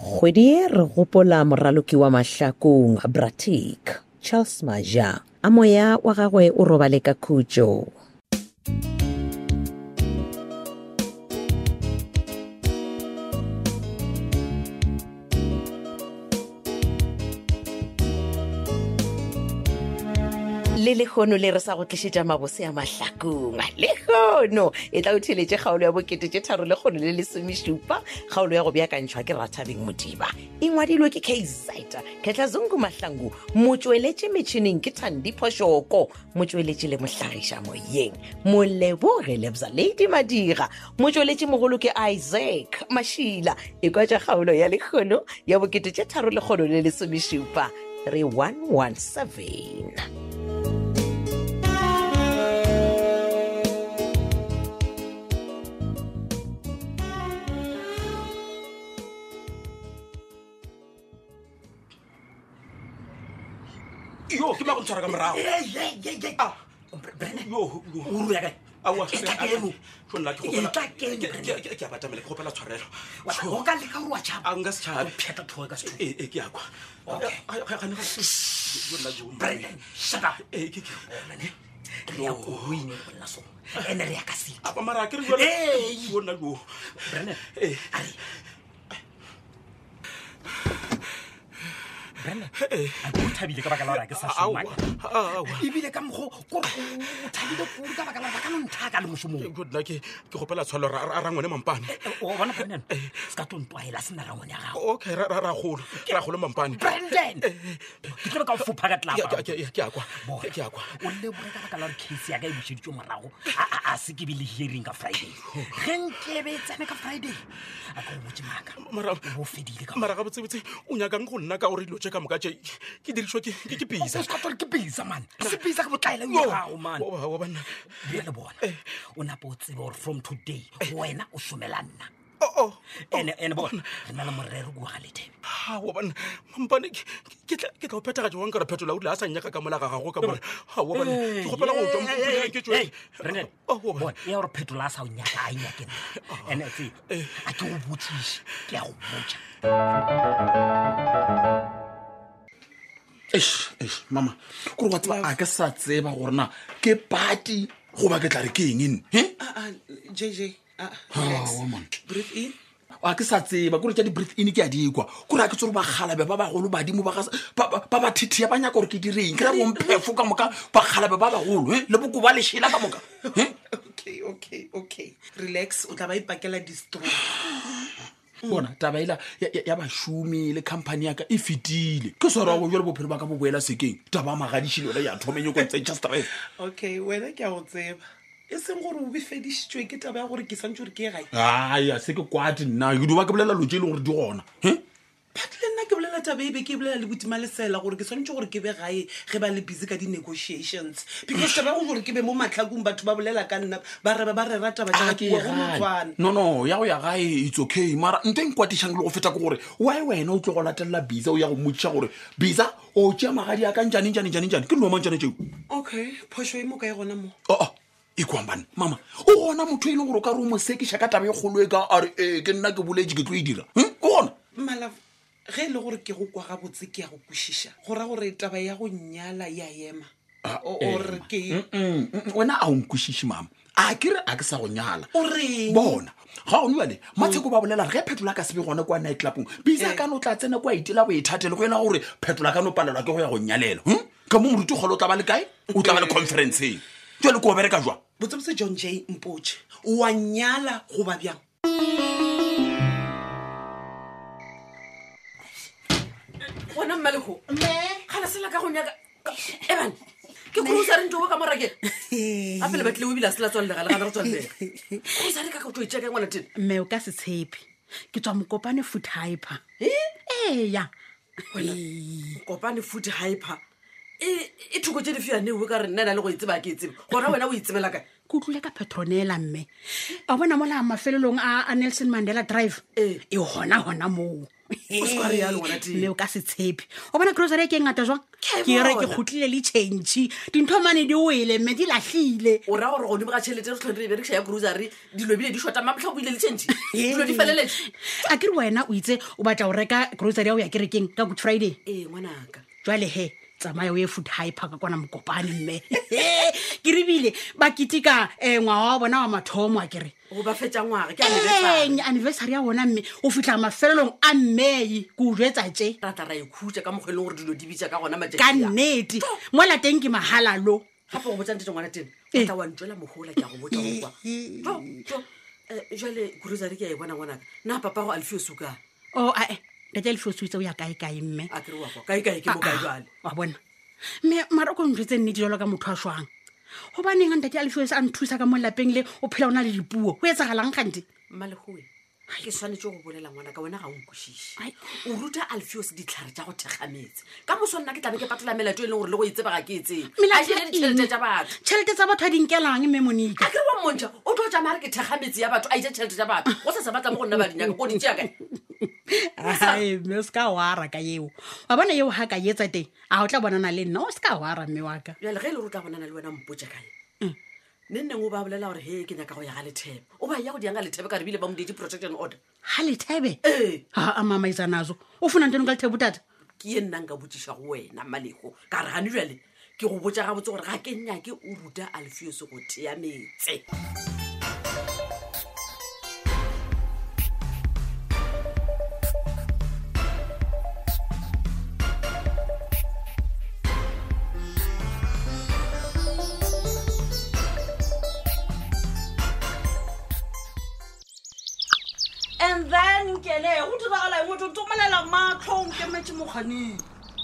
kgwedi e re gopola moraloki wa mahlakong bratic charles maja a moya wa gagwe o robale ka khutšo le lekgono le re sa go tlišetša mabose a mahlakong lekgono e tla o theletše kgaolo ya bokete tše tharo lekgono le lesomešupa kgaolo ya go beakantšhwa ke rathabeng modiba e ngwadilwe ke casite ketlazungu mahlangu motsweletše metšhineng ke thandiphošoko motsweletše le mohlagiša moyeng moleboge lebza ladi madira motsweletše mogolo ke isaac mašila e kwa tša kgaolo ya lekgono ya bokete tše tharo lekgono le lesomešupa re 117 yo ke mako tshwara ka morago Eh, anu. ke a batamela ke gopela tshwarelo a nka setšhabe ee eh, ke akwa Okay. Eh, mara ke Hey. reyona yo Eh. thabile ka baka la gore ha ke sa Aowa, šoma. aowa. ebile ka mokgo kore o thabile kudu ka baka la gore ba ka no nthaka le mošomong Yo, nna ke ke gopela tshwarelo ra- ra- ra ngwene mampane Äh, oh, o bona branden se ka tlo ntwaela se nna rangone ya gago okay ra- ra ra golo ra golo mampane branden ke tlo be ka o fopha ka Ke- tlapa ke- ke- ke akwa Bona. ke akwa o lebore ka baka la gore case ya ka e bušeditso morago Ah, a- a- a se ke bele hearing ka friday ge nkebe e tsene ka friday a Ah, ka o botse maaka Mara- o bo fedile ka mara ga botsebotse o nyakang go nna ka gore dilo tse ka moka tse ke dirišwa ke ke- ke O pisa ska tlo re ke bisa man Ga se bisa ke botlaela Oh. Yo, gago man wa- wa- wa banna. bua le bona Eh. o napo o tsebe gore from today wena o somela nna Oh, oh. ene ene bona re na le morero kua ga lethepe Ha, wa banna mampane ke- ke tla ke tla o phetagatse wang kare phetola o dile a sa nyaka ka molaga gago ka mora Ha, wa banna ke gopela go tswa eh, ke tswe Oh, wa banna. e ya gore phetola a sa o nyaka a nyakeng ene tse Eh. a ke go botsiše ke ya go botsa Eish, eish, mama kore wa tseba a ke sa tseba gorena ke pati goba ke tla re ke eng eno he Ah, ah, jj ah, Ah, relax. wa man. breathe in a ke sa tseba kore tša di-breath in ke a dikwa kore a ke tsere bakgalabe ba bagolo badimo ba ga- ba- ba ba bathithia ba nyaka gore ke direng ke ra bomphefo ka moka bakgalabe ba bagolo e le boko ba lešhela ka moka he okay okay okay relax o tla ba ipakela di-stroke bona taba ela ya- ya ya bašomi le company yaka e fetile ke swarabo jale bophelo ba ka bo boela sekeng taba a magadišile yona ya thomenye ko ntsentšha stress okay wena ke a go tseba e seng gore o befedišitswe ke taba ya gore ke santse gore ke ye gae aa se ke kwate nna ke duba ke bolela lo tse e leng gore di gona he but le nna ke bolela taba ebe ke bolela le botima lesela gore ke tshwanetse gore ke be gae ge ba le busy ka di-negotiations because taba ya go gore ke be mo matlhakong batho ba bolela ka nna ba reba ba rera taba Ah, tsa ke kua gae. go motshwana no no ya go ya gae its okay mara nto enkwatišang le go feta ke gore wy wena o tlo go latelela bisa o ya go mmotšiša gore bisa o tšea magadi a ka ntšanentšanentšanentšane ke nomantšane tšeo okay phoso e moka e gona mo aa e kwang bane mama o gona motho e leng gore o ka re o mo sekiša ka taba e kgolo e ka are ee ke nna ke boletse ke tlo e dira Hm? o gona mmalaf ge e le gore ke go kwa gabotse ke ya go kwešiša go ra gore taba ya go nyala ya ema Ah, O- ema. ore ke Mm, mm, wena a o nkwešiše mama a kere a ke sa go nyala o reng bona ga one bale matsheko ba bolela re phetola ka sebe gona kwa night clubong bisa kane o tla tsena kwa itela boithatele go ena gore phetola kane o palelwa ke go ya go nyalela hm? ka mo moruti kgolo o tla ba le kae o tla ba le conferenceng jale ko o bereka jwang botsebotse john j mpotse wa nyala goba bjang wona mmalego gana sela ka go nyaka eban ke korosa re ntobo ka morake Eh. gape le batlile o ebile a sela tswalega le gana go tswalega korosa re ka ka o e check-a ngwana tene mme o ka se tshepe ke tswa mokopane food hyper Eh? Eh, eya kopane food hyper e thoko tse di fianewe ka re nna na le go itseba a ke etseba gona wena o itsebela kae ke utlwile ka petronela mme a bona mola mafelelong a a nelson mandela drive Eh. e gona gona moo skware yalo ngwana tee. mme o ka se tshepe o bona grocery e ke e ngata jwang Ke a e ke re ke bona. gotlile le change dintho mane di wele mme di latlhile o raya gore godimo ga tšhelete re tlhone re berekisa ya grocery dilo ebile di shota matlha o buile le change dilo di feleletse a ke re wena o itse o batla go reka grocery ya o ya kerekeng ka good friday ee ngwanaka jwale he tsamaya o ye food hyper ka kwana mokopane mme ke rebile ba ketika um ngwaga wa bona wa mathomo a kere go ba fetsa ngwaga ke a lebetsa eng anniversary ya bona mme o fitlha mafelelong a mmei ke o jetsa tse rata ra ikhutsa ka mokgwa e leng gore dilo di bitsa ka gona matšatši ka a. nnete mo lateng ke mahalalo gape go botsang tete ngwana tena Eh. ata wa ntswela mogola ke a go botsa go kwa Jo, jo, eh, jale grocery ke a e bona ngwanaka nna papa go alfio sukang o Oh, ae data lefo switse o ya kaekae mme Ah, a kere wa kwa kaekae ke bokae jale wa bona mme mara o ko ntjwetse nnete jalo ka motho a swang gobaneng a ntate alefos a nthusa ka mo lapeng le o phela o na le dipuo go etsagalang gante mmalegoe ke tshwanetse go bolela ngwanaka wena ga o nkwešiše Ai. o ruta alfios ditlhare tja go thekgametse ka moso nna ke tlabe ke patola melato e leng gore le go e tseba ga ke e tsebe a Melato ya jele ditšhelete eng? tja batho tšhelete tsa batho a dinkelang mme monika a ke wa montšha o tlo tsamaya re ke thekgametse ya batho a itse tšhelete tja batho go sa sa batla mo go nna ba dinyaka ko ditšeakae Ai, mme o seka wara ka eo wa bona eo ga ka e etsa teng a o tla bonana le nna o seka wara mme waka jale ge e le gore o tla bonana le wena mpotse kae Mm. ne nneng o ba bolela gore he ke nyaka go ya ga lethepe o ba ya go diang ga lethepe ka re bile ba modie di-protection order ga lethebe ee ga a mamaisa naso o fonang teno ka lethebo tata ke ye nnang ka botsiša go wena malego ka re gane jale ke go botsa gabotse gore ga ke nyake o ruta alfios go thea metse and then kele go diragala eng otho ntomolela matlhong ke metse mokganeng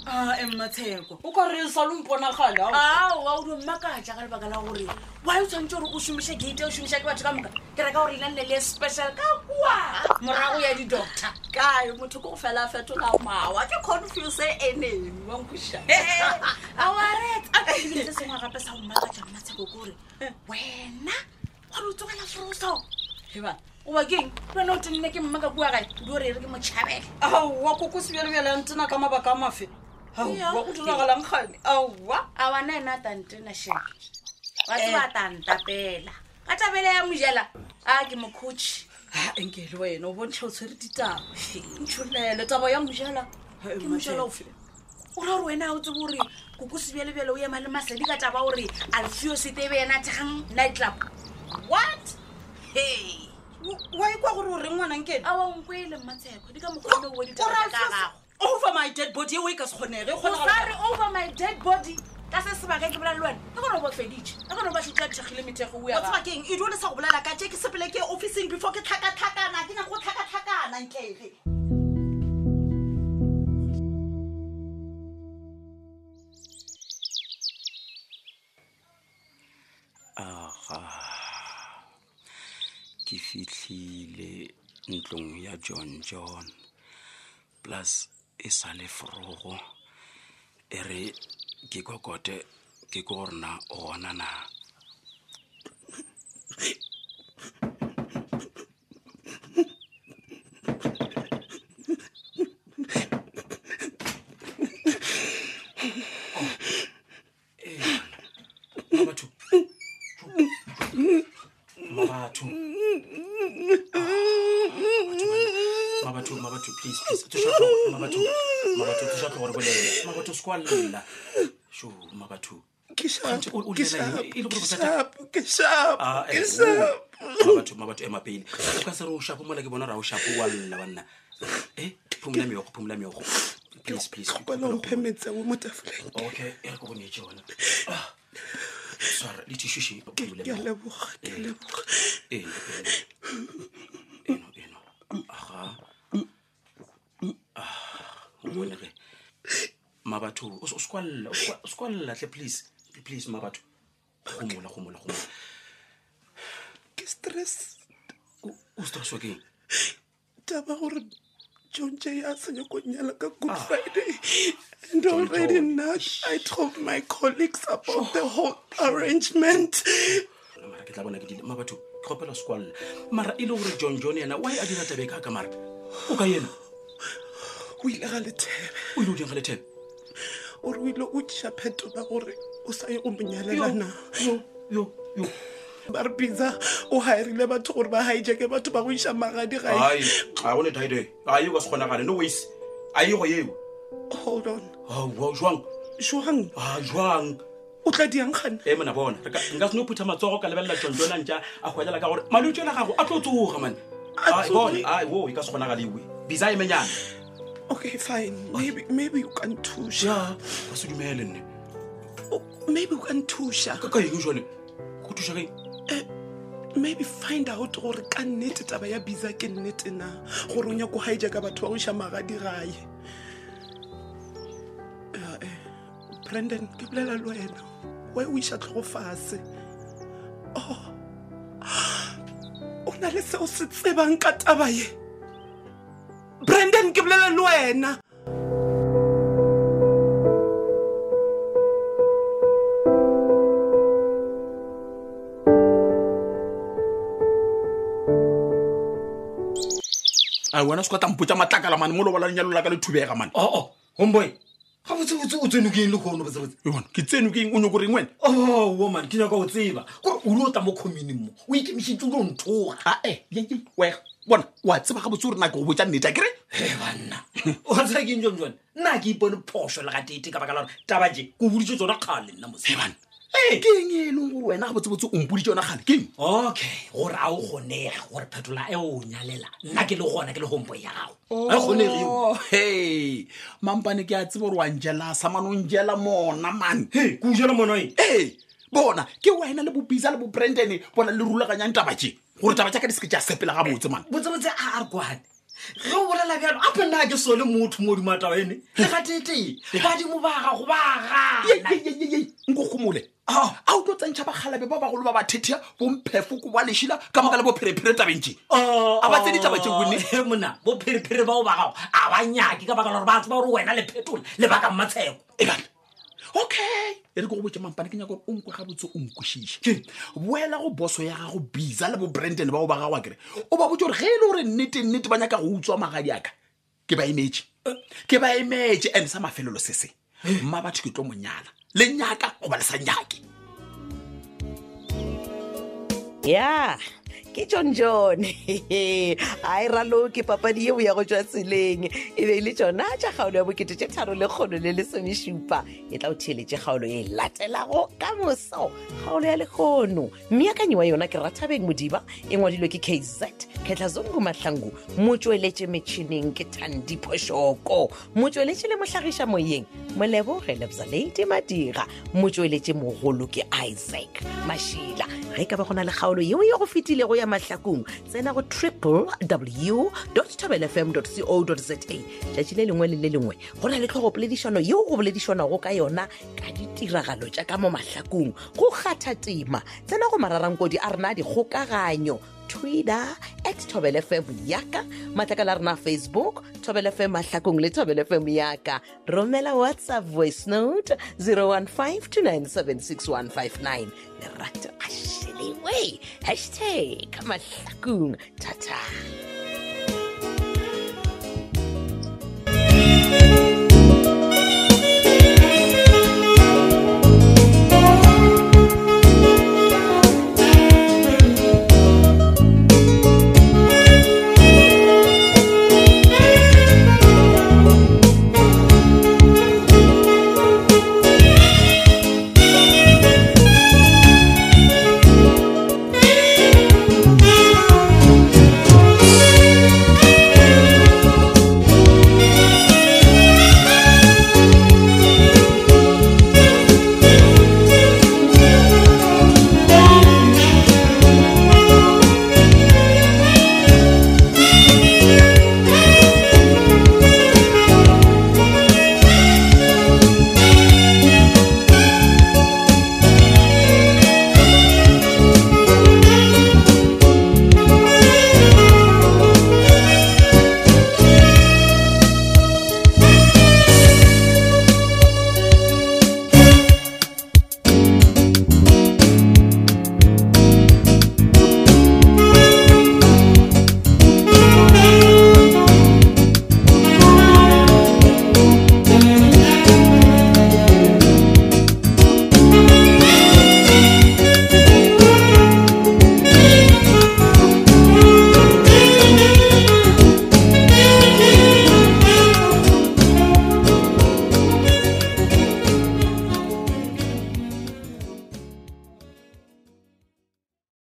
a emmatsheko o ka re e sa lemponagale aa o dimmakatla ka lebaka la gore wy o tshwanetse gore o somiše gate o somiša ke batho ka moka ke reka gore ena nne le special ka kua morago ya di-doctor kae motho ke go fela a fetola mawa ke confuse e neng wankuša awaret aebile se sengwe gape sa mmakatla matsheko kore Eh. wena gore o tsogela froso oba keng wena o tenne ke mmaka kua kae di ore ere ke motšhabele aowa kokosebjelebjele ya ntena ka mabaka a mafe aowa go diragalang gane aowa a wana ena tantena she wa tseba tantapela ka tabela ya mojela a ke mokgoši enkele wena o bontšha o tshwere ditaba ntšholele taba ya mojala ke mojala o fele o ra gore wena o tsebe gore koko sebjelebjele o ema le masedi ka taba gore alfio setebe ena thegang night club what he wa ikwa gore o reng ngwanankele a wa nkwele mmatsheko di ka mokgone o Ora weditaa ka gago over my dead body eo e ka se kgonege e kgonagala- osare over my dead body ka se sebaka e ke bola le wena ka gore o bofeditše ka gore o E ba šutla thegile methego o o ya tseba keng e duone sa go bolela ka je ke sepele ke ye officing before ke tlhakatlhakana ke nyako go tlhakatlhakana ntlele aga ke fitlhile ntlong ya john john plus e sa le forogo e re ke kokote ke ko gore na o gona na batho mabatho mabatho mabatho please please tsoša tlhogo, mabatho mabatho tsoša tlhogo re bolele mabatho se kwa lela sho mabatho Ante, o- o lela eng? E le gore bothata- Ah, eh, oh. mabatho mabatho ema pele o ka se re o shapo mola ke bona ra o shapo wa lela banna e phumula meogo phumula meogo please please metseo mo tafoleng okay e re ke go neetse yona Ah. swara le tishushi leboga Eh, eno eno. eno eno aga Ah, ngone ge mabatho o se- o se kwalela, o se kwa- o se kwalela tle please please mabatho gomola gomola gomola ke stress O- o stresswa keng taba gore john j a senya ko nyala ka good Ah. friday and John already John. now i told my colleagues about the whole arrangement sona mara ke tla bona ke dile mabatho ke gopela sekwalela mara e le gore john john yena wy a dira tabe ka ka mara o ka yena o ile ga lethebe o ile o dingga lethepe ore o ile o tšha phetola gore o sa ye Yo, go monyalela na yo, yo, yo. ba re pitsa o hirile batho gore ba hijake batho ba go iša magadi gae ai ga gone tide a eo ka se kgonagale no ways a ego eo hold on aowa jwang jwang a jwang o tla diangkgana e mona bona re ka- nka seno phutha matsogo ka lebelela john john a ntša a hwalela ka gore malwetse a gago a tlo tsoga mane A tsoge. o e ka se kgonagale ewe bisa e menyana okay fine maybe, maybe o ka nthuša ja ba se dumele nne O- maybe o ka nthuša ka ka eng jale go thusa kaeng maybe find out gore ka nnete taba ya bisa ke nnete na gore o nyako hijaka batho ba go iša magadi gae Ja, eh, brandon ke bolela le wena we o iša tlhogo fase Oh, o na le seo se tsebang ka taba ye brandon ke bolela le wena a wena se ka tampotsa matlakala mane mo lobala lenyalo la ka le thubega mane oo Oh, homeboy ga botsebotse o tsene ke eng le kgono botsebotse yona ke tseno ke eng o nyoko reng wena oo Oh, man ke nyaka o tseba kore o le o tla mo communing mo o ikemišitse o le o nthoga ae wega bona oa tseba ga botse gore nako go botsa nnete a kere he banna o tseba ke eng jone jone nna ke ipone phoso le gatete ka baka la gore taba je ko boditse tsona kgale nna mose ebane ke eng e leng gore wena ga botsebotse o mpoditse yona gale ke eng okay gore a o kgonega gore phetola e o nyalela nna ke le gona ke le homeboy ya gago a e kgonege eo he mampane ke a tseba gore wa njela samane o njela mona mane he ko ujele mona e ee bona ke wena le bobisa le bobrandon bona le rulaganyang taba je gore taba jaaka di seke ja sepela ga botse mane botsebotse a a kwane ge o bolela bjalo ape nna ke sole motho mo dimo taba ene le gatete badimo ba gago ba gana nko kgomole a o tlo tsentšha bagalabe ba bagolo ba bathethea bomphefo ko ba lešila ka moka le bopherephere tabeng je Oh. a ba tsedi taba tse bone mona bopherephere bao ba gago a ba nyake ka baka la gore ba tseba gore wena le phetola le baka mmatsheko ebale okay e re ke go botse mampane ke nyako o nkwe ga botse o nkwešiše boela go boso ya gago bisa le bo brandon bao ba gago akere o ba botse gore ge e le gore nnete-nnete ba nyaka go utswa magadi aka ke ba emetse ke ba emetse and sa mafelelo se se mma batho ke tlo monyala le nyaka goba le sa nyake ya ke john john a e ralo ke papadi yeo ya go tswa tseleng e be e le tsona tša kgaolo ya bokete tše tharo le kgolo le lesomešupa e tla o theeletse kgaolo e latelago ka moso kgaolo ya lekgono mmeakanyi wa yona ke rathabeng modiba e ngwadilwe ke kz ketlhazongu mahlangu motsweletše metšhineng ke tandiphošoko motsweletše le mohlagiša moyeng moleboge lebza ladi madira motsweletše mogolo ke isaac mašila ge ka ba go na le kgaolo yeo ya go fetilego ya mahlakong tsena go triple w tobelfm co za tšatši le lengwe le le lengwe go na le tlhogopoledišano yeo go boledišanago ka yona ka ditiragalo tša ka mo mahlakong go kgatha tema tsena go mararankodi a rena a dikgokaganyo twitter at tobel fm yaka matlakala a rena a facebook tobel fm mahlakong le tobel fm yaka romela whatsapp voice note 01529766159 lerato a shelewe hashtag mahlakong thata